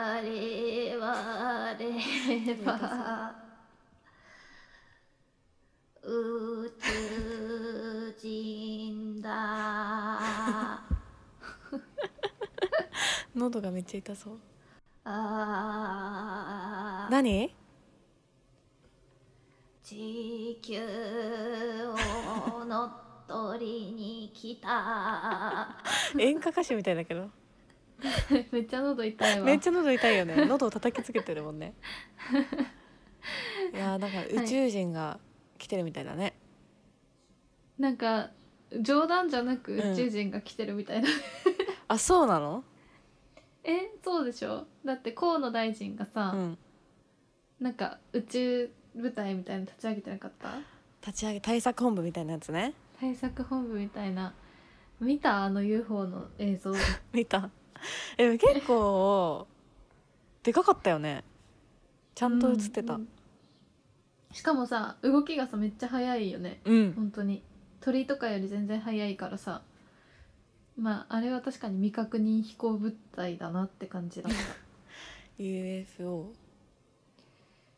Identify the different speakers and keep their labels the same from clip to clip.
Speaker 1: 我々は宇宙人だ
Speaker 2: 喉がめっちゃ痛そう
Speaker 1: あー
Speaker 2: 何
Speaker 1: 地球を乗っ取りに来た
Speaker 2: 演歌歌手みたいだけど
Speaker 1: めっちゃ喉痛いわ
Speaker 2: めっちゃ喉痛いよね喉を叩きつけてるもんねいやーだから宇宙人が来てるみたいだね、
Speaker 1: なんか冗談じゃなく
Speaker 2: うん
Speaker 1: 宇宙人が来てるみたいな、
Speaker 2: あそうなの
Speaker 1: えそうでしょだって河野大臣がさ、
Speaker 2: うん
Speaker 1: なんか宇宙部隊みたいなの立ち上げてなかった
Speaker 2: 立ち上げ対策本部みたいなやつね
Speaker 1: 対策本部みたいな見たあの UFO の映像
Speaker 2: 見たえでも結構でかかったよねちゃんと映ってた
Speaker 1: うんうんしかもさ動きがさめっちゃ速いよね
Speaker 2: うん、
Speaker 1: 本当に鳥とかより全然速いからさまああれは確かに未確認飛行物体だなって感じだった
Speaker 2: UFO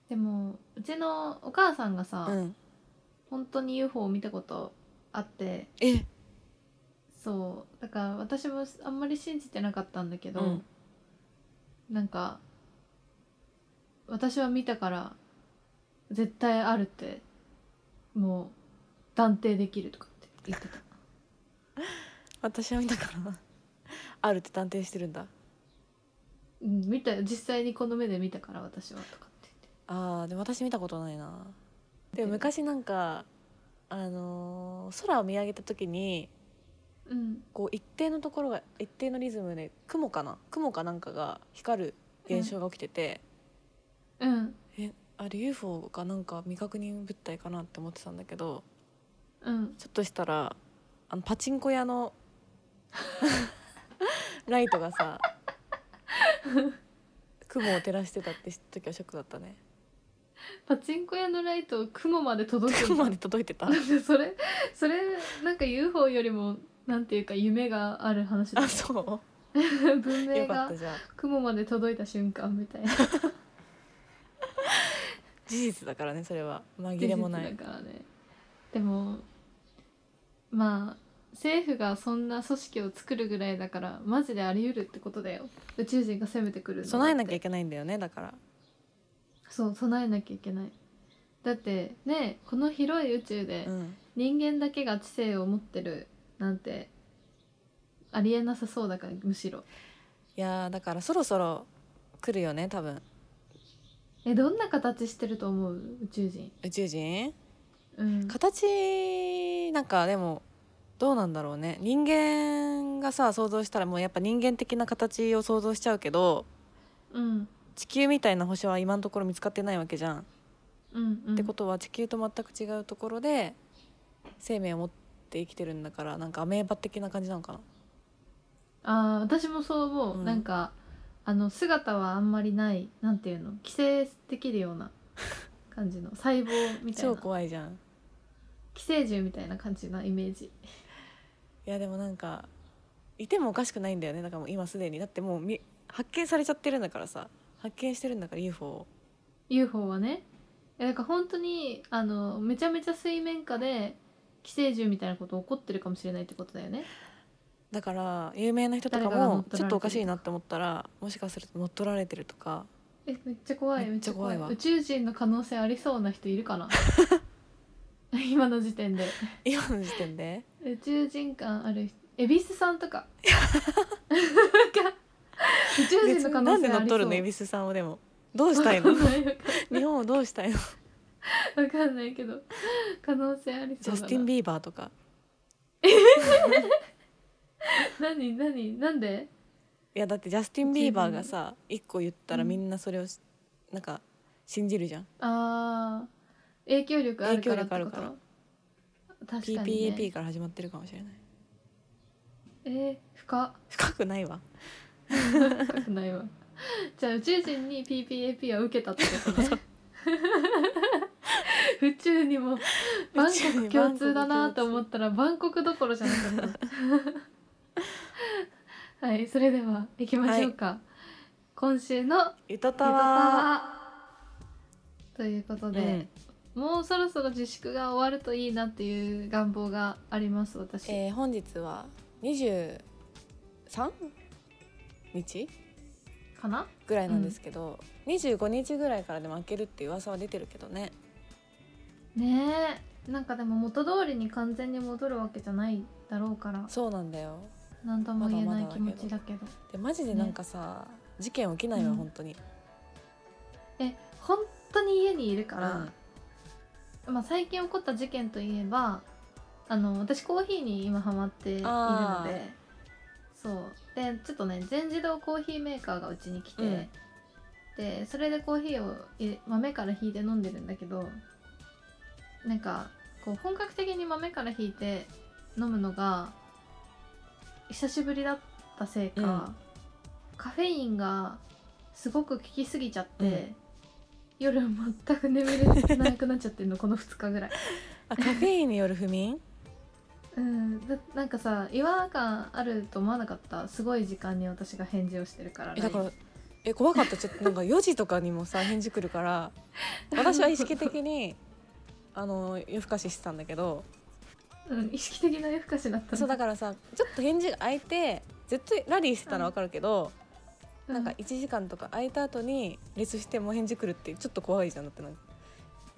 Speaker 1: でもうちのお母さんがさ、
Speaker 2: うん
Speaker 1: 本当に UFO を見たことあって
Speaker 2: え
Speaker 1: そうだから私もあんまり信じてなかったんだけど、
Speaker 2: うん
Speaker 1: なんか私は見たから絶対あるってもう断定できるとかって言ってた
Speaker 2: 私は見たからあるって断定してるんだ
Speaker 1: うん見たよ実際にこの目で見たから私はとかって
Speaker 2: あーでも私見たことないなでも昔なんかあのー空を見上げた時に
Speaker 1: 言って
Speaker 2: こう一定のところが一定のリズムで雲かな雲かなんかが光る現象が起きてて、
Speaker 1: うんうん
Speaker 2: えあれ UFO かなんか未確認物体かなって思ってたんだけど
Speaker 1: うん
Speaker 2: ちょっとしたらあのパチンコ屋の ライトがさ雲を照らしてたって知った時はショックだった ね
Speaker 1: パチンコ屋のライト雲まで届く
Speaker 2: 雲
Speaker 1: んだ
Speaker 2: まで届いて た
Speaker 1: なんかそれそれなんか UFO よりもなんていうか夢がある話だ
Speaker 2: あ
Speaker 1: ね
Speaker 2: そ
Speaker 1: 文
Speaker 2: うよ
Speaker 1: 明
Speaker 2: かっ
Speaker 1: が
Speaker 2: たじゃあ
Speaker 1: 雲まで届いた瞬間みたいな
Speaker 2: 事実だからねそれは紛
Speaker 1: 事
Speaker 2: れ
Speaker 1: 実
Speaker 2: もな
Speaker 1: だ
Speaker 2: い
Speaker 1: からねでもまあ政府がそんな組織を作るぐらいだからマジであり得るってことだよ宇宙人が攻めてくるの
Speaker 2: 備えなきゃい
Speaker 1: け
Speaker 2: けないんだよねだから
Speaker 1: そう備えなきゃいけないだってねこの広い宇宙で
Speaker 2: うん
Speaker 1: 人間だけが知性を持ってるなんてありえなさそうだからむしろ
Speaker 2: いやーだからそろそろ来るよね多分
Speaker 1: えどんな形してると思う宇宙人
Speaker 2: 宇宙人
Speaker 1: うん
Speaker 2: 形なんかでもどうなんだろうね人間がさ想像したらもうやっぱ人間的な形を想像しちゃうけど
Speaker 1: うん
Speaker 2: 地球みたいな星は今のところ見つかってないわけじゃん。
Speaker 1: うんうん
Speaker 2: ってことは地球と全く違うところで生命を持って生きてるんだからなんかアメーバ的な感じなのかな。
Speaker 1: ああ私もそう思う、
Speaker 2: うん
Speaker 1: なんかあの姿はあんまりないなんていうの寄生できるよ うな感じの細胞みたい
Speaker 2: 超
Speaker 1: な
Speaker 2: 怖いじゃん。
Speaker 1: 寄生獣みたいな感じなイメージ
Speaker 2: いやでもなんかいてもおかしくないんだよねだからもう今すでにだってもうみ発見されちゃってるんだからさ発見してるんだから UFO を
Speaker 1: UFO はねえなんか本当にあのめちゃめちゃ水面下で寄生獣みたいなこと起こってるかもしれないってことだよね
Speaker 2: だから有名な人とか
Speaker 1: 誰が乗っ
Speaker 2: も
Speaker 1: 取られてる
Speaker 2: ちょっとおかしいなって思ったらもしかすると乗っ取られてるとか
Speaker 1: えめっちゃ怖い
Speaker 2: めっちゃ怖いわ
Speaker 1: 宇宙人の可能性ありそうな人いる かな今の時点で
Speaker 2: 今の時点で
Speaker 1: 宇宙人感ある人恵比寿さんとか なんか宇宙人の可能
Speaker 2: なんで
Speaker 1: 性
Speaker 2: 乗
Speaker 1: あ
Speaker 2: っ取
Speaker 1: りそう
Speaker 2: るの恵比寿さんをでもどうしたいの
Speaker 1: わかんないわ
Speaker 2: 日本をどうしたいの
Speaker 1: かんわかんないけど可能性あり
Speaker 2: ジ
Speaker 1: そう
Speaker 2: ャ
Speaker 1: だ
Speaker 2: ス
Speaker 1: な
Speaker 2: ティン・ビーバーとか
Speaker 1: 何何なんで
Speaker 2: いやだってジャスティン・ビーバーがさ一個言ったらみんなそれをしなんか信じるじゃん
Speaker 1: ああ影響力あるから
Speaker 2: 影響
Speaker 1: って
Speaker 2: 力あ
Speaker 1: こ
Speaker 2: る
Speaker 1: と
Speaker 2: から
Speaker 1: 確かに、ね、
Speaker 2: PPAP から始まってるかもしれない
Speaker 1: えー、深っ
Speaker 2: 深くないわ
Speaker 1: 深くないわじゃあ宇宙人に PPAP は受けたってこと ね宇宙にも万国共通だなと思ったら万国どころじゃなか ったはいそれでは行きましょうか、今週の
Speaker 2: ゆと
Speaker 1: 「
Speaker 2: た
Speaker 1: ゆとた
Speaker 2: わ
Speaker 1: わ」ということ
Speaker 2: う
Speaker 1: で
Speaker 2: ん、
Speaker 1: もうそろそろ自粛が終わるといいなっていう願望があります私、
Speaker 2: えー本日は 23? 日
Speaker 1: かな
Speaker 2: ぐらいなんですけど、25日ぐらいからでも開けるっていう噂は出てるけどね
Speaker 1: ねえなんかでも元通りに完全に戻るわけじゃないだろうから
Speaker 2: そうなんだよ
Speaker 1: 何とも言えない
Speaker 2: まだ
Speaker 1: 気
Speaker 2: ま
Speaker 1: 持
Speaker 2: だだけど
Speaker 1: ちだけど
Speaker 2: でマジでなんかさ、事件起きないわ、
Speaker 1: うん
Speaker 2: 本当に
Speaker 1: え本当に家にいるか
Speaker 2: う
Speaker 1: ら
Speaker 2: ん、
Speaker 1: まあ、最近起こった事件といえばあの私コーヒーに今ハマっているの
Speaker 2: あ
Speaker 1: でそうでちょっとね全自動コーヒーメーカーがうちに来て、
Speaker 2: うん
Speaker 1: でそれでコーヒーを入れ豆から引いて飲んでるんだけどなんかこう本格的に豆から引いて飲むのが久しぶりだったせいか、
Speaker 2: うん
Speaker 1: カフェインがすごく効きすぎちゃって、
Speaker 2: うん
Speaker 1: 夜全く眠れなくなっちゃってるのこの2日ぐらい。
Speaker 2: あカフェインによる不眠
Speaker 1: うん、だなんかさ違和感あると思わなかったすごい時間に私が返事をしてるから
Speaker 2: えだか
Speaker 1: LINE
Speaker 2: らえ怖かったちょっとなんか4時とかにもさ返事来る から私は意識的にあの夜更かししてたんだけど
Speaker 1: うん、意識的な夜更かしだった
Speaker 2: そうだ
Speaker 1: か
Speaker 2: からさちょっと返事が空いて絶対ラリーしてたらわかるけど、なんか1時間とか空いた後にレスしても返事来るってちょっと怖いじゃんだってなんか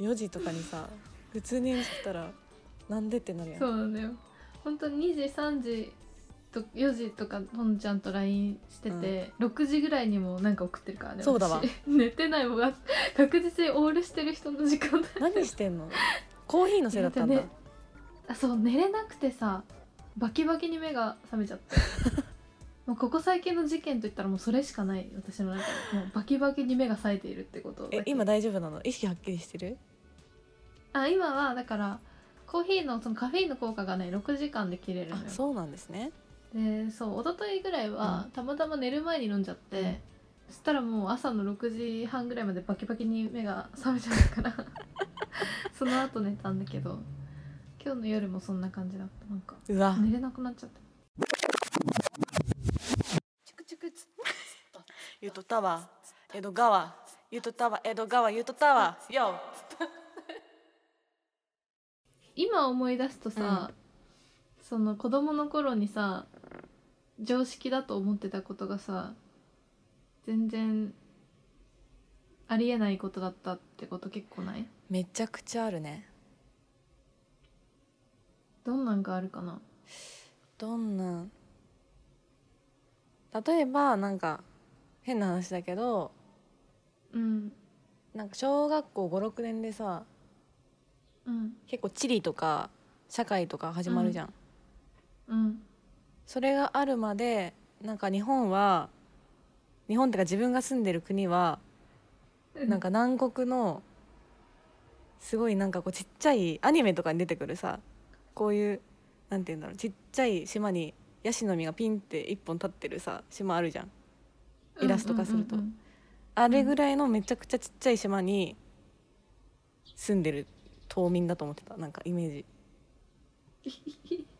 Speaker 2: 4時とかに さ普通に返事来たらなんでってなるやん
Speaker 1: そうなんだよ本当に2時3時と4時とかのんちゃんと LINE してて、6時ぐらいにもなんか送ってるからね
Speaker 2: そうだわ
Speaker 1: 私 寝てないもん確実にオールしてる人の時間だ
Speaker 2: 何してんのコーヒーのせいだったんだ
Speaker 1: なんかあそう寝れなくてさバキバキに目が覚めちゃって もうここ最近の事件といったらもうそれしかない私の中でもうバキバキに目が冴えているってことだけ
Speaker 2: え今大丈夫なの意識はっきりしてる
Speaker 1: あ今はだからコーヒーのそのカフェインの効果がね6時間で切れるの
Speaker 2: あ
Speaker 1: よ
Speaker 2: そうなんですね
Speaker 1: でそう一昨日ぐらいは、
Speaker 2: うん
Speaker 1: たまたま寝る前に飲んじゃって、
Speaker 2: うん
Speaker 1: そしたらもう朝の6時半ぐらいまでバキバキに目が覚めちゃったから その後寝たんだけど今日の夜もそんな感じだったなんか
Speaker 2: うわ、
Speaker 1: 寝れなくなっちゃった
Speaker 2: ゆとたわ江戸川ゆとたわ江戸川ゆとたわよ
Speaker 1: 今思い出すとさ、その子供の頃にさ常識だと思ってたことがさ全然ありえないことだったってこと結構ない
Speaker 2: めちゃくちゃあるね
Speaker 1: どんなんがあるかな
Speaker 2: どんな例えばなんか変な話だけど
Speaker 1: うん
Speaker 2: なんか小学校56年でさ
Speaker 1: うん
Speaker 2: 結構地理とか社会とか始まるじゃん、
Speaker 1: うん
Speaker 2: それがあるまでなんか日本は日本ってか自分が住んでる国はなんか南国のすごいなんかこうちっちゃいアニメとかに出てくるさこういうなんて言うんだろうちっちゃい島にヤシの実がピンって一本立ってるさ島あるじゃんイラスト化すると
Speaker 1: うんうん
Speaker 2: あれぐらいのめちゃくちゃちっちゃい島に住んでる島民だと思ってたなんかイメージ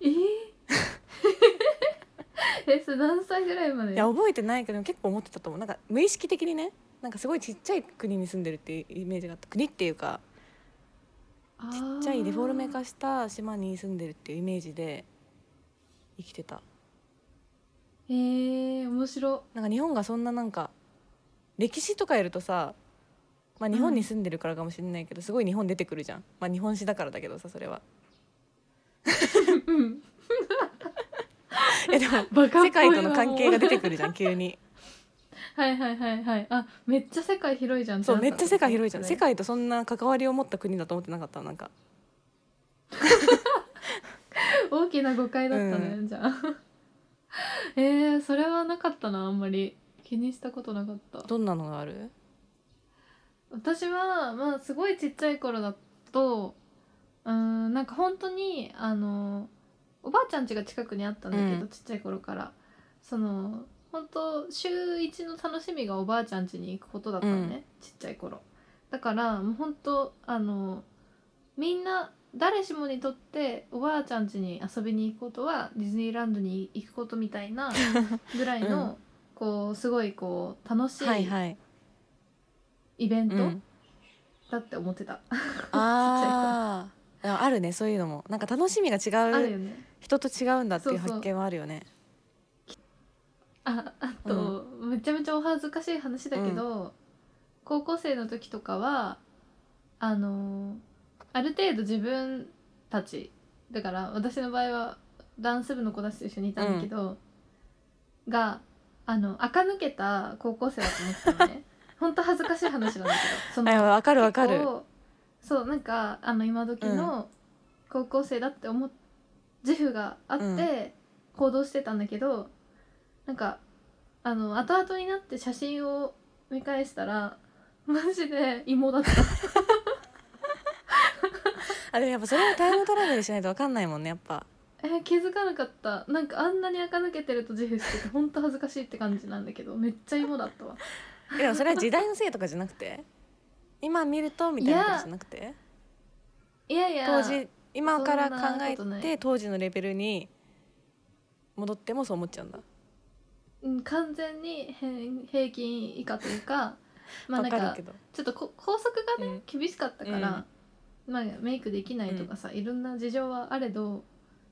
Speaker 1: うんうんえーえそれ何歳ぐらいまで
Speaker 2: いや覚えてないけど結構思ってたと思うなんか無意識的にねなんかすごいちっちゃい国に住んでるっていうイメージがあった国っていうか
Speaker 1: あ
Speaker 2: ち
Speaker 1: ー
Speaker 2: っちゃいデフォルメ化した島に住んでるっていうイメージで生きてた
Speaker 1: えー、面白
Speaker 2: なんか日本がそんななんか歴史とかやるとさまあ日本に住んでるからかもしれないけど、すごい日本出てくるじゃんまあ日本史だからだけどさそれ は
Speaker 1: うん
Speaker 2: えでも
Speaker 1: バカっぽいわ
Speaker 2: 世界との関係が出てくるじゃん急に
Speaker 1: はいはいはいはいあめっちゃ世界広いじゃん
Speaker 2: そうめっちゃ世界広いじゃん世
Speaker 1: 世界
Speaker 2: 界とそんな関わりを持った国だと思ってなかったなんか
Speaker 1: 大きな誤解だったね、
Speaker 2: う
Speaker 1: じゃあ えー、それはなかったなあんまり気にしたことなかった
Speaker 2: どんなのがある
Speaker 1: 私はまあすごいちっちゃい頃だとうーんなんか本当にあのおばあちゃん家が近くにあったんだけど、
Speaker 2: うん
Speaker 1: ちっちゃい頃からその本当週一の楽しみがおばあちゃん家に行くことだったのね、ちっちゃい頃だからもう本当あのみんな誰しもにとっておばあちゃん 家に遊びに行くことはディズニーランドに行くことみたいなぐらいの、こうすごいこう楽し
Speaker 2: はい
Speaker 1: い
Speaker 2: はい、
Speaker 1: イベン
Speaker 2: う
Speaker 1: ト
Speaker 2: ん、
Speaker 1: だって思ってた、
Speaker 2: あー ああるねそういうのもなんか楽しみが
Speaker 1: あ
Speaker 2: 違
Speaker 1: る
Speaker 2: う
Speaker 1: よね
Speaker 2: 人と違うんだっていう
Speaker 1: そうそう
Speaker 2: 発見はあるよね
Speaker 1: ああと、めちゃめちゃお恥ずかしい話だけど、高校生の時とかはあのーある程度自分たちだから私の場合はダンス部の子たちと一緒にいたんだけど、があの垢抜けた高校生だと思ってたの ね本当恥ずかしい話なんだけどそ
Speaker 2: あいやわかるわか
Speaker 1: 結
Speaker 2: る
Speaker 1: 構そうなんかあの今時の高校生だって思っ自負があ
Speaker 2: う
Speaker 1: っ
Speaker 2: ん
Speaker 1: て行動してたんだけど、なんかあの後々になって写真を見返したらマジで芋だった
Speaker 2: あでもやっぱそれはタイムトラベルしないとわかんないもんねやっ ぱ
Speaker 1: え気づかなかったなんかあんなに垢抜けてると自負しててほんと恥ずかしいって感じなんだけどめっちゃ芋だったわ
Speaker 2: でもそれは時代のせいとかじゃなくて今見るとみたいなことじゃなくて
Speaker 1: いやいや
Speaker 2: 当時今から考え
Speaker 1: そんなことな
Speaker 2: て当時のレベルに戻ってもそう思っちゃうんだ
Speaker 1: うん完全に平平均以下というかまあ
Speaker 2: わ
Speaker 1: なん
Speaker 2: か
Speaker 1: か
Speaker 2: るけど
Speaker 1: ちょっとこ校則がね、厳しかったから、まあ、メイクできないとかさ、いろんな事情はあれど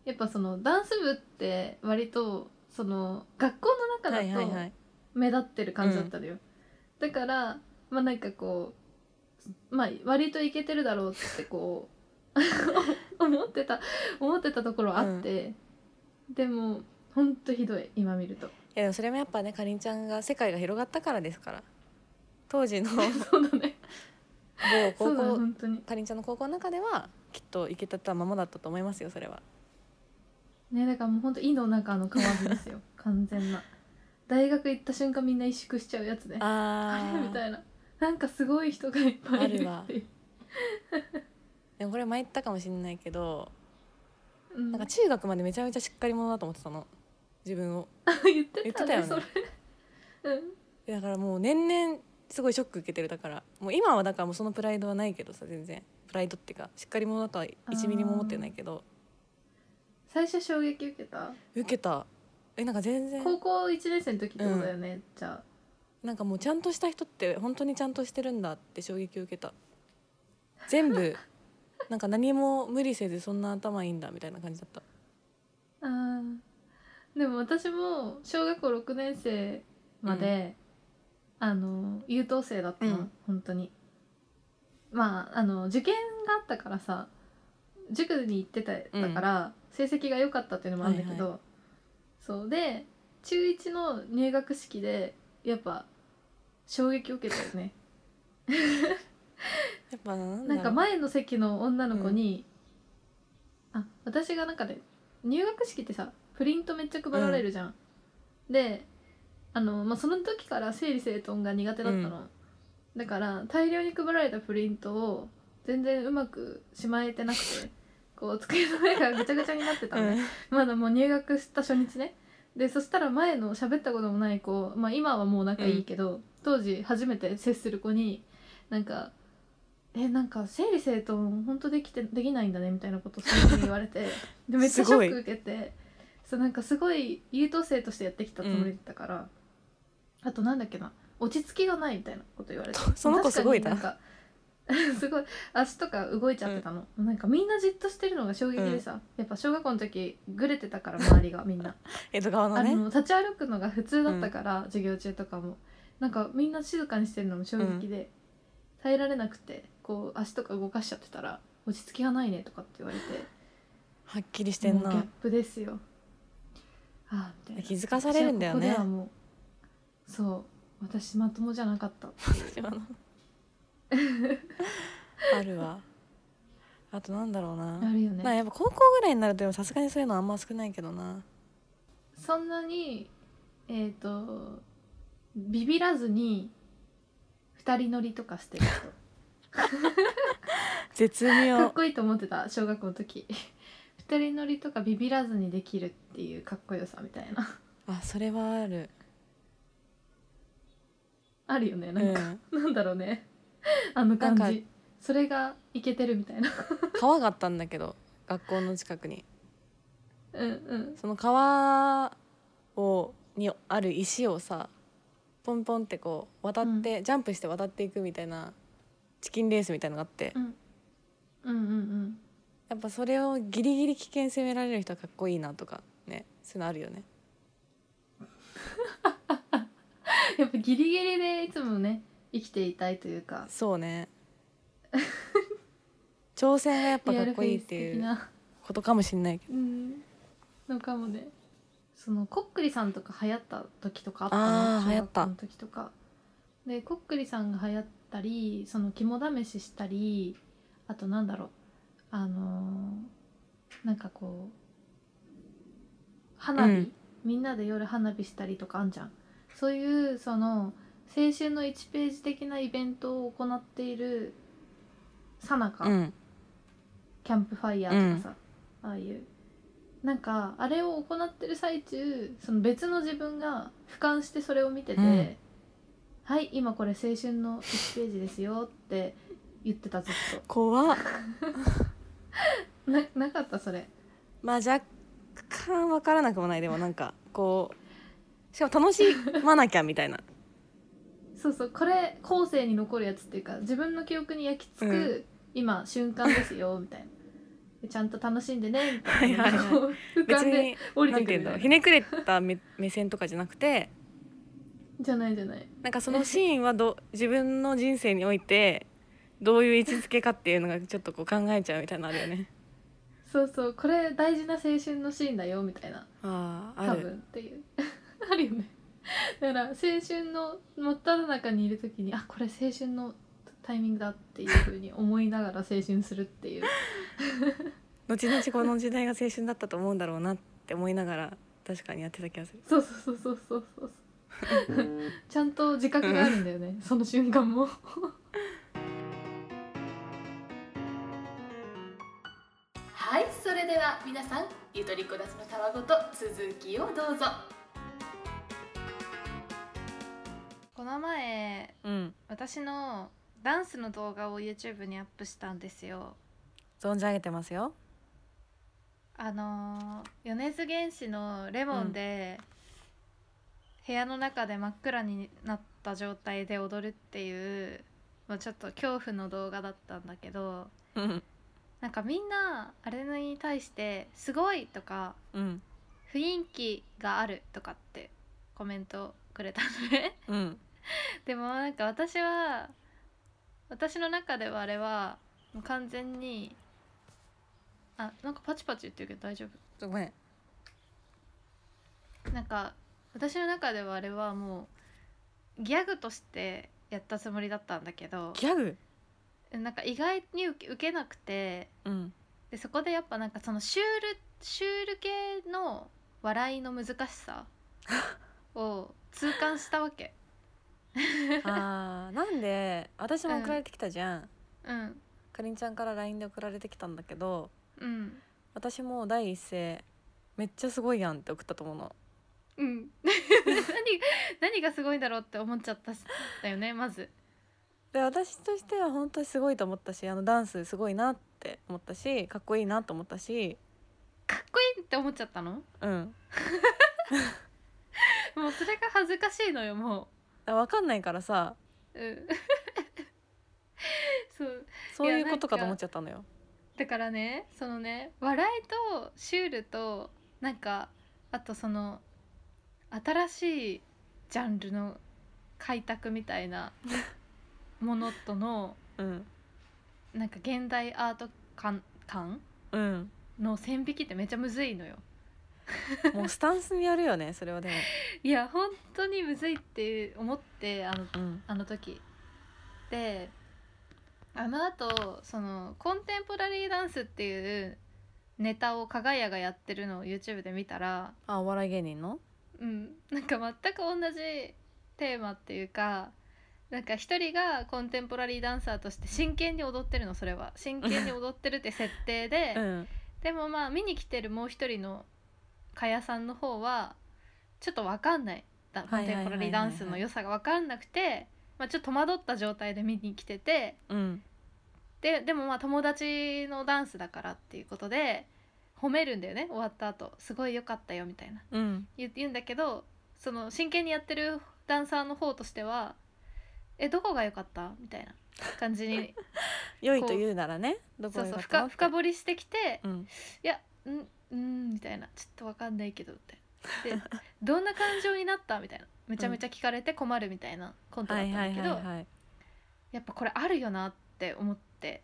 Speaker 1: やっぱそのダンス部って割とその学校の
Speaker 2: は
Speaker 1: 中
Speaker 2: いはい
Speaker 1: だ
Speaker 2: は
Speaker 1: と
Speaker 2: い
Speaker 1: 目立ってる感じだったのよ、だからまあなんかこうまあ割といけてるだろうってこう 思ってた思ってたところあって、でもほんとひどい今見る と
Speaker 2: いやでもそれもやっぱねかりんちゃんが世界が広がったからですから当時の
Speaker 1: そうだね
Speaker 2: 某高
Speaker 1: そうだね
Speaker 2: 校
Speaker 1: 本当に
Speaker 2: かりんちゃんの高校の中ではきっといけたままだったと思いますよそれは
Speaker 1: ねだからもうほんと井の中の蛙です よ完全な大学行った瞬間みんな萎縮しちゃうやつねあ
Speaker 2: あ
Speaker 1: れみたいななんかすごい人がいっぱいいるってい
Speaker 2: ある
Speaker 1: う
Speaker 2: わでもこれ前言ったかもしれないけど
Speaker 1: うん、
Speaker 2: なんか中学までめちゃめちゃしっかり者だと思ってたの自分を
Speaker 1: 言って
Speaker 2: 言ったて
Speaker 1: ね
Speaker 2: たよね
Speaker 1: それ
Speaker 2: だからもう年々すごいショック受けてるだからもう今はだからもうそのプライドはないけどさ全然プライドっていうかしっかり者だとは1ミリも思ってないけど
Speaker 1: 最初衝撃受けた
Speaker 2: 受けたえなんか全然
Speaker 1: 高校1年生の時ってことだよね、じゃあ
Speaker 2: なんかもうちゃんとした人って本当にちゃんとしてるんだって衝撃を受けた全 部なんか何も無理せずそんな頭いいんだみたいな感じだった
Speaker 1: あーでも私も小学校6年生まで、あの優等生だったの、
Speaker 2: うん
Speaker 1: 本当にまああの受験があったからさ塾に行ってただから、成績が良かったっていうのもあるんだけど、
Speaker 2: は
Speaker 1: そうで中1の入学式でやっぱ衝撃を受けたよね
Speaker 2: やっぱなんだ
Speaker 1: な
Speaker 2: ろ
Speaker 1: ん
Speaker 2: う
Speaker 1: か前の席の女の子に、あ私がなんかね入学式ってさプリントめっちゃ配られるじゃん、であの、まあ、その時から整理整頓が苦手だったの、だから大量に配られたプリントを全然うまくしまえてなくてこう机の上がぐちゃぐちゃになってたの、ね まだもう入学した初日ねでそしたら前の喋ったこともない子、まあ、今はもう仲いいけど、当時初めて接する子になんか「えなんか整理整頓本当できてできないんだね」みたいなことをその子に言わ れてでめっちゃシ
Speaker 2: す
Speaker 1: ョ
Speaker 2: ごい
Speaker 1: ック受けてそうなんかすごい優等生としてやってきたつもりだったから、あとなんだっけな落ち着きがないみたいなこと言われて
Speaker 2: とその子すごいな
Speaker 1: 確かになんか すごい足とか動いちゃってたの、なんかみんなじっとしてるのが衝撃でさ、やっぱ小学校の時ぐれてたから周りがみんな、
Speaker 2: 江戸川の
Speaker 1: あ
Speaker 2: ね
Speaker 1: の立ち歩くのが普通だったから、授業中とかもなんかみんな静かにしてるのも衝撃で、耐えられなくてこう足とか動かしちゃってたら落ち着きがないねとかって言われて
Speaker 2: はっきりしてん
Speaker 1: もうギャ
Speaker 2: な
Speaker 1: ップですよああみたいな
Speaker 2: 気づかされるんだよね
Speaker 1: 私はここではもうそう私まともじゃなかった
Speaker 2: 今の あるわあとなんだろうな
Speaker 1: あるよね
Speaker 2: まあやっぱ高校ぐらいになるとでもさすがにそういうのあんま少ないけどな
Speaker 1: そんなにえっ、とビビらずに二人乗りとか してる
Speaker 2: 絶
Speaker 1: 人かっ
Speaker 2: 妙
Speaker 1: こいいと思ってた小学校の時 二人乗りとかビビらずにできるっていうかっこよさみたいな
Speaker 2: あそれはある
Speaker 1: あるよね
Speaker 2: う
Speaker 1: なんか、
Speaker 2: ん
Speaker 1: なんだろうねあの感
Speaker 2: なん
Speaker 1: じそれがイケてるみたいな
Speaker 2: 川があったんだけど学校の近くに
Speaker 1: うんうん
Speaker 2: その川をにある石をさポンポンってこう渡って、ジャンプして渡っていくみたいなチキンレースみたいなのがあって、
Speaker 1: うんうんうん
Speaker 2: やっぱそれをギリギリ危険攻められる人はかっこいいなとかねそういうのあるよね。
Speaker 1: やっぱギリギリでいつもね生きていたいというか
Speaker 2: そう ね挑戦がやっぱ
Speaker 1: リ
Speaker 2: か
Speaker 1: ア
Speaker 2: っ
Speaker 1: ルフ
Speaker 2: こ
Speaker 1: ェ
Speaker 2: いい
Speaker 1: イ
Speaker 2: っ
Speaker 1: ス
Speaker 2: てい
Speaker 1: 的
Speaker 2: う
Speaker 1: な
Speaker 2: ことかもしれないけど
Speaker 1: うんのかもねそのこっくりさんとか流行った時とかあった
Speaker 2: あー
Speaker 1: の
Speaker 2: 流行った
Speaker 1: 中学校の時とかでこっくりさんが流行ったりその肝試ししたりあとなんだろうあのーなんかこう花火、
Speaker 2: うん
Speaker 1: みんなで夜花火したりとかあんじゃんそういうその青春の1ページ的なイベントを行っているさなか、
Speaker 2: うん
Speaker 1: キャンプファイヤーとかさ、ああいうなんかあれを行ってる最中その別の自分が俯瞰してそれを見てて「
Speaker 2: うん
Speaker 1: はい今これ青春の1ページですよ」って言ってたずっ
Speaker 2: 怖っ
Speaker 1: とななかったそれ
Speaker 2: まあ若干わからなくもないでもなんかこうしかも楽しまなきゃみたいな
Speaker 1: そうそうこれ後世に残るやつっていうか自分の記憶に焼き付く、
Speaker 2: う
Speaker 1: 今瞬間ですよみたいなでちゃんと楽しんでねみたいな
Speaker 2: はいはいはい
Speaker 1: こう俯
Speaker 2: 別
Speaker 1: 瞰で
Speaker 2: に
Speaker 1: 降り
Speaker 2: な
Speaker 1: て
Speaker 2: ん
Speaker 1: く
Speaker 2: てい
Speaker 1: る
Speaker 2: うん
Speaker 1: み
Speaker 2: だ
Speaker 1: た
Speaker 2: ろう
Speaker 1: い
Speaker 2: ひ
Speaker 1: な
Speaker 2: ねくれた目目線とかじゃなくて
Speaker 1: じゃないじゃない
Speaker 2: なんかそのシーンはど自分の人生においてどういう位置づけかっていうのがちょっとこう考えちゃうみたいなのあるよね。
Speaker 1: そうそうこれ大事な青春のシーンだよみたいな
Speaker 2: あああ
Speaker 1: 多
Speaker 2: る
Speaker 1: 分っていう あるよねだから青春の真っ只中にいる時にあこれ青春のタイミングだっていうふうに思いながら青春するっていう
Speaker 2: 後々この時代が青春だったと思うんだろうなって思いながら確かにやってた気がする。
Speaker 1: そうそうそうそうそうそうちゃんと自覚があるんだ よねその瞬間もはいそれでは皆さんゆとりこだつのたわごと続きをどうぞこの前
Speaker 2: うん
Speaker 1: 私のダンスの動画を YouTube にアップしたんですよ
Speaker 2: 存じ上げてますよ。
Speaker 1: あのー米津玄師の「レモンで」部屋の中で真っ暗になった状態で踊るっていう、まあ、ちょっと恐怖の動画だったんだけど
Speaker 2: うん
Speaker 1: なんかみんなあれに対して「すごい!」とか
Speaker 2: うん
Speaker 1: 「雰囲気がある」とかってコメントをくれたのね。
Speaker 2: うん
Speaker 1: でもなんか私は私の中ではあれはもう完全にあなんかパチパチ言ってるけど大丈夫
Speaker 2: ごめん。
Speaker 1: なんか私の中ではあれはもうギャグとしてやったつもりだったんだけど
Speaker 2: ギャグ。
Speaker 1: なんか意外に受け受けなくて
Speaker 2: うん
Speaker 1: でそこでやっぱなんかそのシュールシュール系の笑いの難しさを痛感したわけ。
Speaker 2: あーなんで私も送られてきたじゃん、
Speaker 1: うん
Speaker 2: かりんちゃんから LINE で送られてきたんだけど
Speaker 1: うん
Speaker 2: 私も第一声めっちゃすごいやんって送ったと思うの
Speaker 1: うん何何がすごいんだろうって思っちゃったんだよねまず
Speaker 2: で私としては本当にすごいと思ったしあのダンスすごいなって思ったしかっこいいなと思ったし
Speaker 1: かっこいいって思っちゃったのも
Speaker 2: うん
Speaker 1: うそれが恥ずかしいのよも
Speaker 2: だわかんないからさ
Speaker 1: う、うん、 そう
Speaker 2: そうい
Speaker 1: いうや
Speaker 2: ことかと
Speaker 1: なんか
Speaker 2: 思っちゃったのよ
Speaker 1: だからねそのね笑いとシュールとなんかあとその新しいジャンルの開拓みたい なものとの
Speaker 2: うん
Speaker 1: なんか現代アート感感
Speaker 2: うん
Speaker 1: の線引きってめっちゃむずいのよ
Speaker 2: もうスタンスにやるよねそれはでも
Speaker 1: いや本当にむずいって思ってあの
Speaker 2: うん
Speaker 1: あの時であのあとそのコンテンポラリーダンスっていうネタを加賀谷がやってるのを YouTube で見たら
Speaker 2: あお笑い芸人の
Speaker 1: うんなんか全く同じテーマっていうかなんか一人がコンテンポラリーダンサーとして真剣に踊ってるのそれは真剣に踊ってるって設定で、
Speaker 2: うん
Speaker 1: でもまあ見に来てるもう一人のかやさんの方はちょっとわかんないだコ
Speaker 2: はい
Speaker 1: ン
Speaker 2: はい
Speaker 1: テ
Speaker 2: はいはいはい
Speaker 1: ンポラリーダンスの良さがわかんなくて、まあ、ちょっと戸惑った状態で見に来てて
Speaker 2: うん
Speaker 1: ででもまあ友達のダンスだからっていうことで褒めるんだよね終わった後すごい良かったよみたいな
Speaker 2: うん
Speaker 1: 言う言うんだけどその真剣にやってるダンサーの方としては「えどこが良かった?」みたいな感 じに
Speaker 2: 良いと言うならねどこ
Speaker 1: そう
Speaker 2: が良
Speaker 1: そ
Speaker 2: か
Speaker 1: う
Speaker 2: った
Speaker 1: 深深掘りしてきて
Speaker 2: うん
Speaker 1: 「いやうんうん」みたいな「ちょっとわかんないけど」みたい な。でどんな感情になったみたいなめちゃめちゃ聞かれて困るみたいなコントだ
Speaker 2: は
Speaker 1: っ
Speaker 2: いは
Speaker 1: たん
Speaker 2: い
Speaker 1: だけ
Speaker 2: はい
Speaker 1: ど、
Speaker 2: はい
Speaker 1: やっぱこれあるよなって思って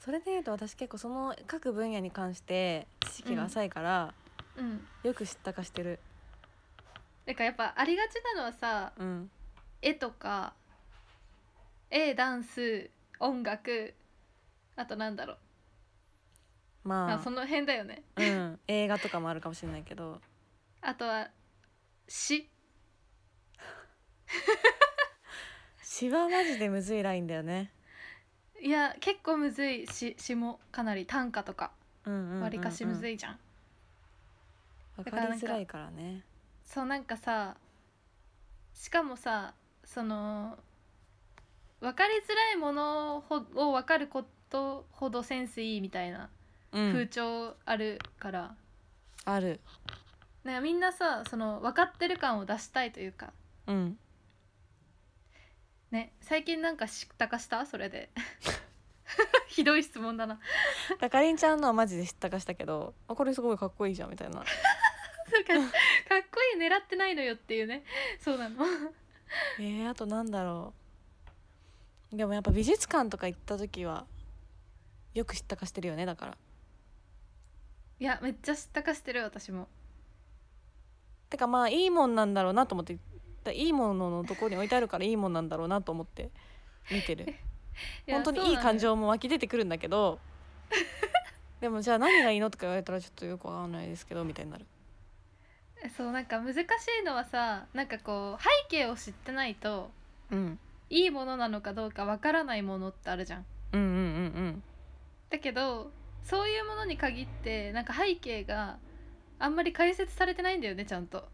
Speaker 2: それで言うと私結構その各分野に関して知識が浅いから、
Speaker 1: うん
Speaker 2: よく知ったかしてる
Speaker 1: だからやっぱありがちなのはさ
Speaker 2: うん
Speaker 1: 絵とか絵ダンス音楽あとなんだろう
Speaker 2: ま
Speaker 1: あ
Speaker 2: あ
Speaker 1: その辺だよね
Speaker 2: うん、映画とかもあるかもしれないけど
Speaker 1: あとは詩
Speaker 2: 詩はマジでむずいラインだよね
Speaker 1: いや結構むずい詩詩もかなり短歌とか
Speaker 2: うんうんうんうん
Speaker 1: わりかしむずいじゃん,、
Speaker 2: わか
Speaker 1: だから
Speaker 2: り
Speaker 1: なんか
Speaker 2: づらいからね
Speaker 1: そうなんかさしかもさその分かりづらいものほを分かることほどセンスいいみたいな
Speaker 2: う
Speaker 1: 風
Speaker 2: ん
Speaker 1: 潮あるから、
Speaker 2: ある
Speaker 1: なんかみんなさその分かってる感を出したいというか
Speaker 2: うん
Speaker 1: ね最近なんか知ったかしたそれで ひどい質問だな
Speaker 2: だからかりんちゃんのはマジで知ったかしたけどあこれすごいかっこいいじゃんみたい な
Speaker 1: なんかかっこいい狙ってないのよっていうねそうなの
Speaker 2: えー、あとなんだろうでもやっぱ美術館とか行った時はよく知ったかしてるよねだから
Speaker 1: いやめっちゃ知ったかしてる私も
Speaker 2: てかまあいいもんなんだろうなと思ってだいいもののとこに置いてあるからいいもんなんだろうなと思って見てる
Speaker 1: いや
Speaker 2: 本当にいい感
Speaker 1: そう
Speaker 2: 情も湧き出てくるんだけど でもじゃあ何がいいのとか言われたらちょっとよくわかんないですけどみたいになる
Speaker 1: なんだよそうなんか難しいのはさなんかこう背景を知ってないと
Speaker 2: うん
Speaker 1: いいものなのかどうかわからないものってあるじゃん
Speaker 2: うんうんうん
Speaker 1: だけどそういうものに限ってなんか背景があんまり解説されてないんだよねちゃんと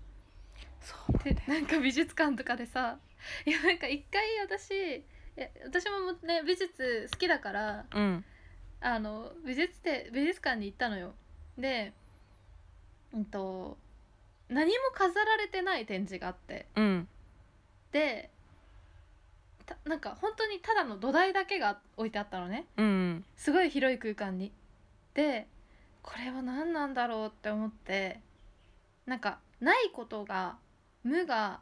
Speaker 2: そう
Speaker 1: でなんか美術館とかでさいやなんか一回私いや私もね美術好きだから
Speaker 2: うん
Speaker 1: あの美術で美術館に行ったのよでうんと何も飾られてない展示があって
Speaker 2: うん
Speaker 1: でたなんか本当にただの土台だけが置いてあったのね
Speaker 2: うん
Speaker 1: すごい広い空間にでこれは何なんだろうって思ってなんかないことが無が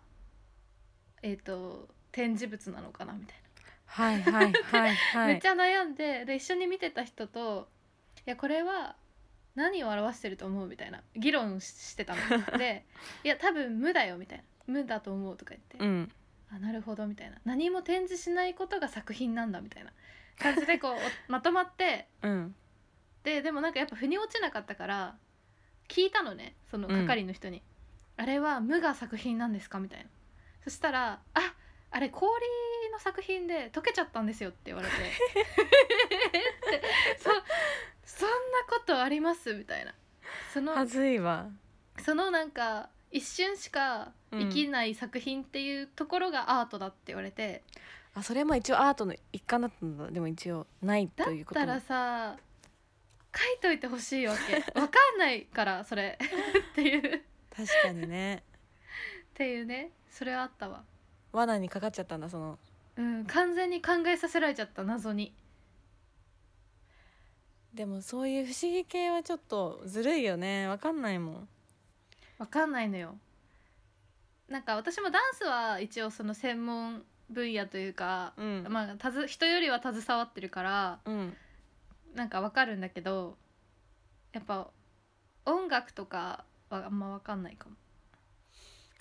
Speaker 1: えっ、と展示物なのかなみたい
Speaker 2: はいはいはい
Speaker 1: な、
Speaker 2: は
Speaker 1: めっ
Speaker 2: い
Speaker 1: ちゃ悩んでで一緒に見てた人と「いやこれは何を表してると思う?」みたいな議論しして たので「いや多分無だよ」みたいな「無だと思う」とか言って
Speaker 2: うん
Speaker 1: あなるほどみたいな何も展示しないことが作品なんだみたいな感じでこうお まとまって
Speaker 2: うん
Speaker 1: ででもなんかやっぱ腑に落ちなかったから聞いたのねその
Speaker 2: うん
Speaker 1: 係の人に、あれは無が作品なんですか?」みたいなそしたら「ああれ氷の作品で溶けちゃったんですよ」って 言われて「えっ?」ってそ「そんなことあります?」みたいなその
Speaker 2: はずいわ
Speaker 1: そのなんか一瞬しか生きない作品っていうところがアートだって言われて、
Speaker 2: あそれも一応アートの一環だったんだでも一応ない
Speaker 1: だ
Speaker 2: という
Speaker 1: っ
Speaker 2: こと
Speaker 1: た
Speaker 2: も
Speaker 1: らさ書いといてほしいわ けわかんないからそれ っていうっ
Speaker 2: 確かにね
Speaker 1: ていうねそれはあったわ
Speaker 2: 罠にかかっちゃったんだその
Speaker 1: うん完全に考えさせられちゃった謎に
Speaker 2: でもそういう不思議系はちょっとずるいよねわかんないもん
Speaker 1: わかんないのよなんか私もダンスは一応その専門分野というか、
Speaker 2: うんま
Speaker 1: まあたず人よりは携わってるから
Speaker 2: うん
Speaker 1: なんかわかるんだけどやっぱ音楽とかはあんまわかんないかも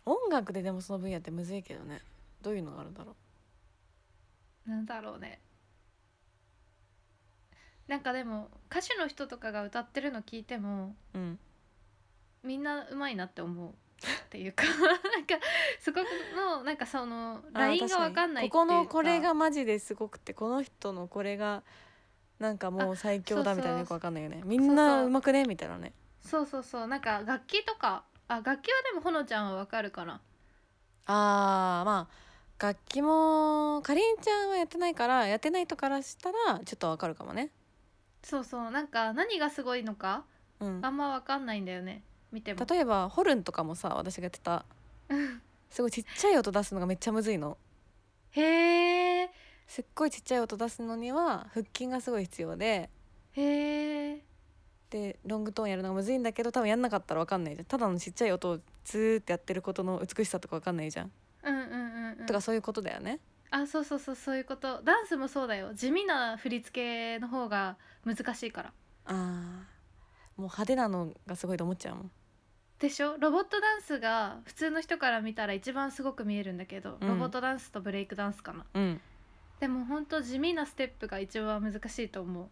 Speaker 2: 音楽ででもその分野ってむずいけどねどういうのがあるんだろ
Speaker 1: なんだろうねなんかでも歌手の人とかが歌ってるの聞いても
Speaker 2: ううん
Speaker 1: みんなうまいなって思うっていうか なんかそこのなんかその
Speaker 2: あー
Speaker 1: ライン
Speaker 2: 確か
Speaker 1: が
Speaker 2: に
Speaker 1: わかんないっていう
Speaker 2: こ
Speaker 1: か
Speaker 2: このこれがマジですごくてこの人のこれがなんかもう最強だ
Speaker 1: そ
Speaker 2: み
Speaker 1: うそう
Speaker 2: たいなよくわかんないよねみんな
Speaker 1: そうそう
Speaker 2: うまくねみたいなね
Speaker 1: そうそうそうなんか楽器とかあ楽器はでもほのちゃんはわかるかな
Speaker 2: あーまあ楽器もかりんちゃんはやってないからやってない人からしたらちょっとわかるかもね
Speaker 1: そうそうなんか何がすごいのか
Speaker 2: うん
Speaker 1: あんまわかんないんだよね見ても
Speaker 2: 例えばホルンとかもさ私がやってたすごいちっちゃい音出すのがめっちゃむずいの
Speaker 1: へえ
Speaker 2: すっごいちっちゃい音出すのには腹筋がすごい必要で
Speaker 1: へえ
Speaker 2: でロングトーンやるのがむずいんだけど多分やんなかったら分かんないじゃんただのちっちゃい音をずーってやってることの美しさとか分かんないじゃん、
Speaker 1: うんうんうんうん
Speaker 2: とかそういうことだよね
Speaker 1: あそうそうそうそういうことダンスもそうだよ地味な振り付けの方が難しいから
Speaker 2: あーもう派手なのがすごいと思っちゃうもん
Speaker 1: でしょロボットダンスが普通の人から見たら一番すごく見えるんだけど、
Speaker 2: うん
Speaker 1: ロボットダンスとブレイクダンスかな
Speaker 2: うん
Speaker 1: でもほんと地味なステップが一番難しいと思う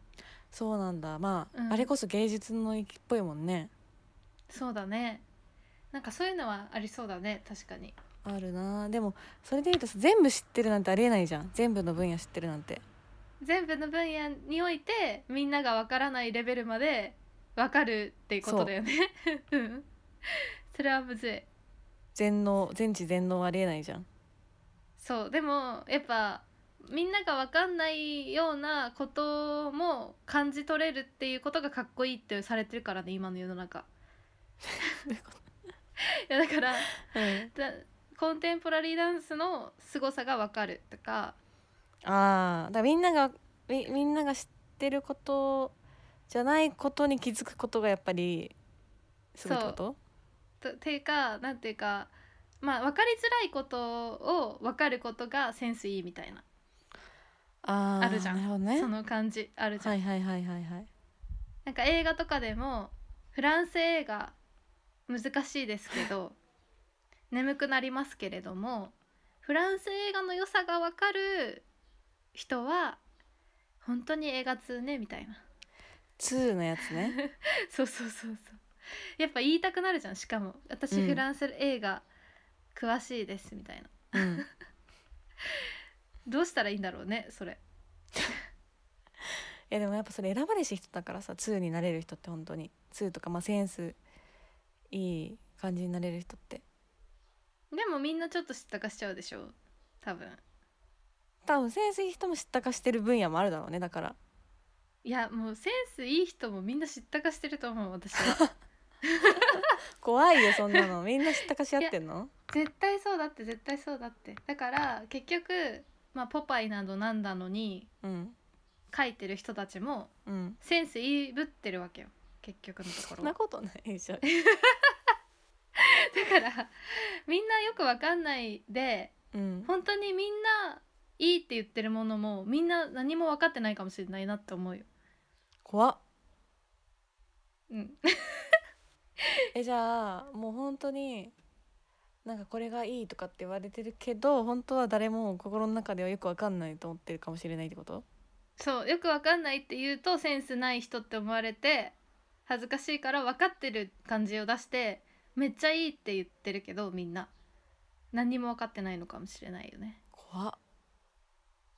Speaker 2: そうなんだまあ、
Speaker 1: うん
Speaker 2: あれこそ芸術の域っぽいもんね
Speaker 1: そうだねなんかそういうのはありそうだね確かに
Speaker 2: あるなでもそれでいうとさ全部知ってるなんてありえないじゃん全部の分野知ってるなんて
Speaker 1: 全部の分野においてみんながわからないレベルまでわかるっていうことだよね うんそれはむずい
Speaker 2: 全能全知全能ありえないじゃん
Speaker 1: そうでもやっぱみんながわかんないようなことも感じ取れるっていうことがかっこいいってされてるからね今の世の中 いやだから だコンテンポラリーダンスの凄さがわかるとか
Speaker 2: ああだからみんながみみんなが知ってることじゃないことに気づくことがやっぱりすごいってこと
Speaker 1: とていうかなんていうかまあ分かりづらいことを分かることがセンスいいみたいな
Speaker 2: あー
Speaker 1: あるじゃん
Speaker 2: なるほどね
Speaker 1: その感じあるじゃん、
Speaker 2: はいはいはいはいはい
Speaker 1: なんか映画とかでもフランス映画難しいですけ ど眠くなりますけれどもフランス映画の良さが分かる人は本当に映画通ねみたいな
Speaker 2: 2のやつね
Speaker 1: そうそうそうそうやっぱ言いたくなるじゃんしかも私
Speaker 2: うん
Speaker 1: フランス映画詳しいですみたいな、
Speaker 2: うん
Speaker 1: どうしたらいいんだろうねそれ
Speaker 2: いやでもやっぱそれ選ばれし人だからさ2になれる人って本当に2とかまあセンスいい感じになれる人って
Speaker 1: でもみんなちょっと知ったかしちゃうでしょ多分
Speaker 2: 多分センスいい人も知ったかしてる分野もあるだろうねだから
Speaker 1: いやもうセンスいい人もみんな知ったかしてると思う私は
Speaker 2: 怖いよそんなのみんな知ったかし合ってんの
Speaker 1: 絶対そうだって絶対そうだってだから結局、まあ、ポパイなどなんだのに
Speaker 2: うん
Speaker 1: 書いてる人たちも
Speaker 2: うん
Speaker 1: センスいいぶってるわけよ結局のとこ
Speaker 2: そ
Speaker 1: ろ
Speaker 2: ん
Speaker 1: だ
Speaker 2: な
Speaker 1: か
Speaker 2: ことないでしょ
Speaker 1: らみんなよくわかんないで
Speaker 2: うん
Speaker 1: 本当にみんないいって言ってるものもみんな何も分かってないかもしれないなって思うよ、
Speaker 2: 怖っ
Speaker 1: うん、
Speaker 2: えじゃあもう本当になんかこれがいいとかって言われてるけど本当は誰も心の中ではよくわかんないと思ってるかもしれないってこと
Speaker 1: そうよくわかんないって言うとセンスない人って思われて恥ずかしいから分かってる感じを出してめっちゃいいって言ってるけどみんな何にも分かってないのかもしれないよね
Speaker 2: 怖っ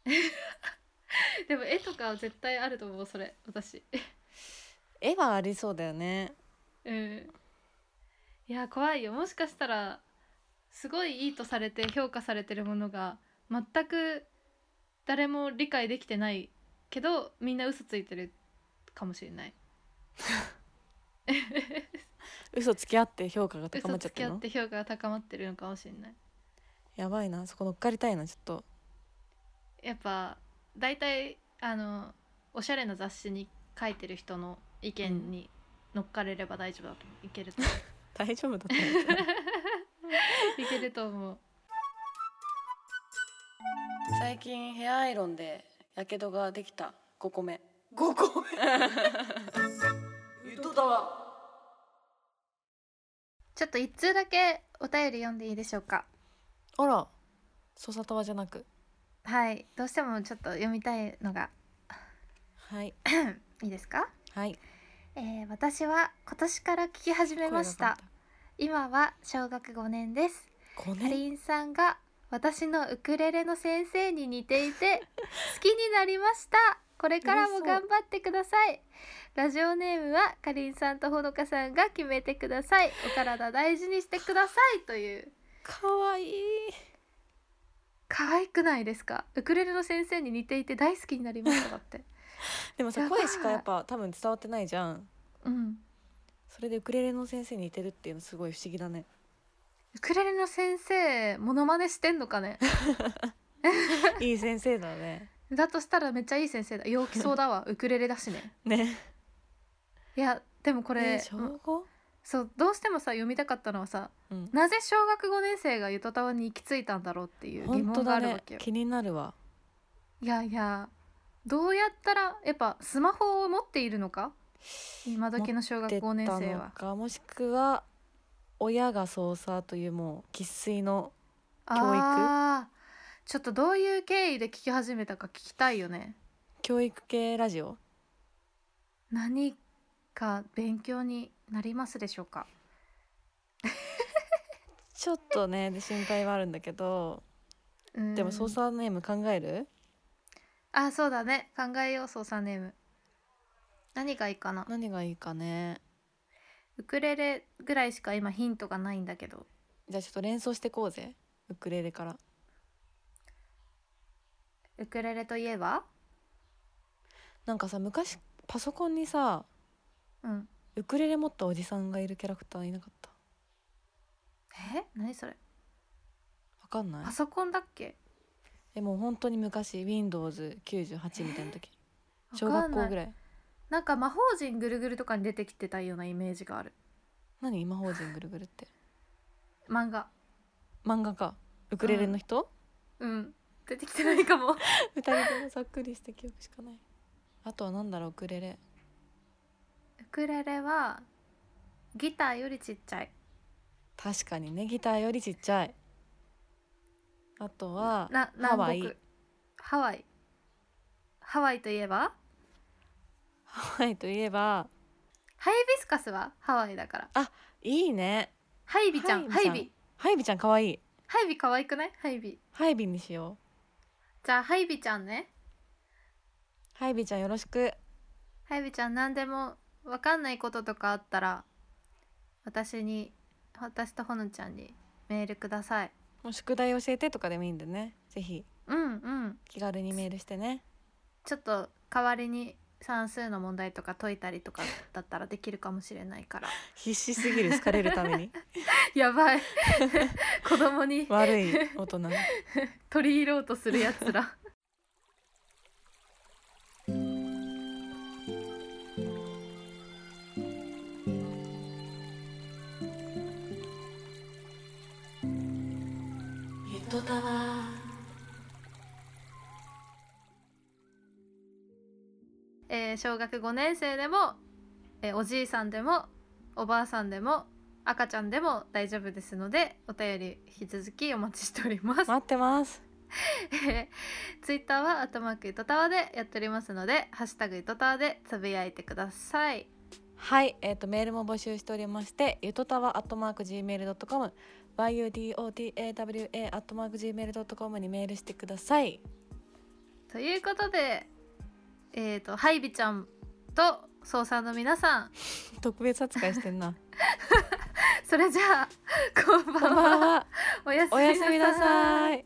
Speaker 1: でも絵とかは絶対あると思うそれ私
Speaker 2: 絵はありそうだよね
Speaker 1: うんいや怖いよもしかしたらすごいいいとされて評価されてるものが全く誰も理解できてないけどみんな嘘ついてるかもしれない
Speaker 2: 嘘つき合って評価が高ま
Speaker 1: 嘘
Speaker 2: っちゃっ
Speaker 1: つき
Speaker 2: てる
Speaker 1: 合っ
Speaker 2: の
Speaker 1: て評価が高まってるのかもしれない
Speaker 2: やばいなそこ乗っかりたいなちょっと
Speaker 1: やっぱ大体あのおしゃれな雑誌に書いてる人の意見に乗っかれれば大丈夫だと思ういけると
Speaker 2: 大丈夫だった の
Speaker 1: いけると思う
Speaker 2: 最近ヘアアイロンでやけどができた5個目
Speaker 3: 5個目言っとったわ
Speaker 1: ちょっと一通だけお便り読んでいいでしょうか
Speaker 2: あらソサタワじゃなく
Speaker 1: はいどうしてもちょっと読みたいのが
Speaker 2: はい
Speaker 1: いいですか、
Speaker 2: はい
Speaker 1: えー私は今年から聞き始めました今は小学5年です
Speaker 2: 5
Speaker 1: か
Speaker 2: 年
Speaker 1: りんさんが私のウクレレの先生に似てい て好きになりましたこれからも頑張ってくださいラジオネームはかりんさんとほのかさんが決めてくださいお体大事にしてくださいという
Speaker 2: かわいい
Speaker 1: 可愛くないですかウクレレの先生に似ていて大好きになりましただって
Speaker 2: でもさ
Speaker 1: やばい
Speaker 2: 声しかやっぱ多分伝わってないじゃん
Speaker 1: うん
Speaker 2: それでウクレレの先生に似てるっていうのすごい不思議だね
Speaker 1: ウクレレの先生モノマネしてんのか ね
Speaker 2: いい先生だね
Speaker 1: だとしたらめっちゃいい先生だ陽気そう だわウクレレだしね
Speaker 2: ね
Speaker 1: いやでもこれ、
Speaker 2: え小五
Speaker 1: そうどうしてもさ読みたかったのはさ
Speaker 2: うん
Speaker 1: なぜ小学5年生がゆとたわに行き着いたんだろうっていう疑
Speaker 2: 本当
Speaker 1: 問があ
Speaker 2: だ
Speaker 1: るわ
Speaker 2: ね
Speaker 1: けよ、
Speaker 2: 気になるわ
Speaker 1: いやいやどうやったらやっぱスマホを持っているのか今時の小学
Speaker 2: 出た
Speaker 1: 5年生
Speaker 2: の
Speaker 1: は
Speaker 2: かもしくは親が操作というもう生粋の教育
Speaker 1: あーちょっとどういう経緯で聞き始めたか聞きたいよね
Speaker 2: 教育系ラジオ
Speaker 1: 何か勉強になりますでしょうか
Speaker 2: ちょっとねで心配はあるんだけど
Speaker 1: うん
Speaker 2: でも操作ネーム考える
Speaker 1: あそうだね考えよう操作ネーム何がいいかな
Speaker 2: 何がいいかね
Speaker 1: ウクレレぐらいしか今ヒントがないんだけど
Speaker 2: じゃあちょっと連想してこうぜウクレレから
Speaker 1: ウクレレといえば
Speaker 2: なんかさ昔パソコンにさ
Speaker 1: うん
Speaker 2: ウクレレ持ったおじさんがいるキャラクターいなかった
Speaker 1: え何それ
Speaker 2: わかんない
Speaker 1: パソコンだっけ
Speaker 2: えもう本当に昔 Windows98 みたいな時小
Speaker 1: わか
Speaker 2: 学
Speaker 1: ん
Speaker 2: 校
Speaker 1: ない
Speaker 2: ぐらい
Speaker 1: なんか魔法陣ぐるぐるとかに出てきてたようなイメージがある
Speaker 2: 何今法人ぐるぐるって
Speaker 1: 漫画
Speaker 2: 漫画かウクレレの人、
Speaker 1: うん出てきてないか も
Speaker 2: 二人ともざっくりした記憶しかないあとはなんだろうウクレレ
Speaker 1: ウクレレはギターよりちっちゃい
Speaker 2: 確かにねギターよりちっちゃいあとは
Speaker 1: な
Speaker 2: ハワ
Speaker 1: 南
Speaker 2: イ
Speaker 1: 国ハワイハワイといえば
Speaker 2: ハワイといえば
Speaker 1: ハイビスカスはハワイだから
Speaker 2: いいね
Speaker 1: ハイビちゃん
Speaker 2: ハ
Speaker 1: ハ
Speaker 2: イビ
Speaker 1: イ
Speaker 2: さん
Speaker 1: ビ
Speaker 2: ハイビちゃんかわいい
Speaker 1: ハイビ可愛くないハイビ
Speaker 2: ハイビにしよう
Speaker 1: じゃあハイビちゃんね
Speaker 2: ハイビちゃんよろしく
Speaker 1: ハイビちゃん何でも分かんないこととかあったら私に私とほのちゃんにメールください
Speaker 2: もう宿題教えてとかでもいいんでねぜひ
Speaker 1: うんうん
Speaker 2: 気軽にメールしてね
Speaker 1: ちょっと代わりに算数の問題とか解いたりとかだったらできるかもしれないから
Speaker 2: 必死すぎる好かれるため に
Speaker 1: やばい 子供に
Speaker 2: 悪い大人
Speaker 1: 取り入ろうとするやつら
Speaker 4: ゆとたわ
Speaker 1: えー小学5年生でも、えーおじいさんでもおばあさんでも赤ちゃんでも大丈夫ですのでお便り引き続きお待ちしております。
Speaker 2: 待ってます
Speaker 1: えーツイッターは「アットマークいとたわ」でやっておりますので「ハッシュタグいとたわ」でつぶやいてください。
Speaker 2: はい、えっ、とメールも募集しておりまして、ゆとたわアットマーク gmail ドットコム、y u d o t a w a アットマーク gmail ドットコムにメールしてください。
Speaker 1: ということで、えー、とハイビちゃんとソウさんの皆さん
Speaker 2: 特別扱いしてんな。
Speaker 1: それじゃあこんば
Speaker 2: こん
Speaker 1: ん
Speaker 2: ばん
Speaker 1: は
Speaker 2: は。
Speaker 1: おやす
Speaker 2: お
Speaker 1: みな
Speaker 2: やす
Speaker 1: さ
Speaker 2: みなさい。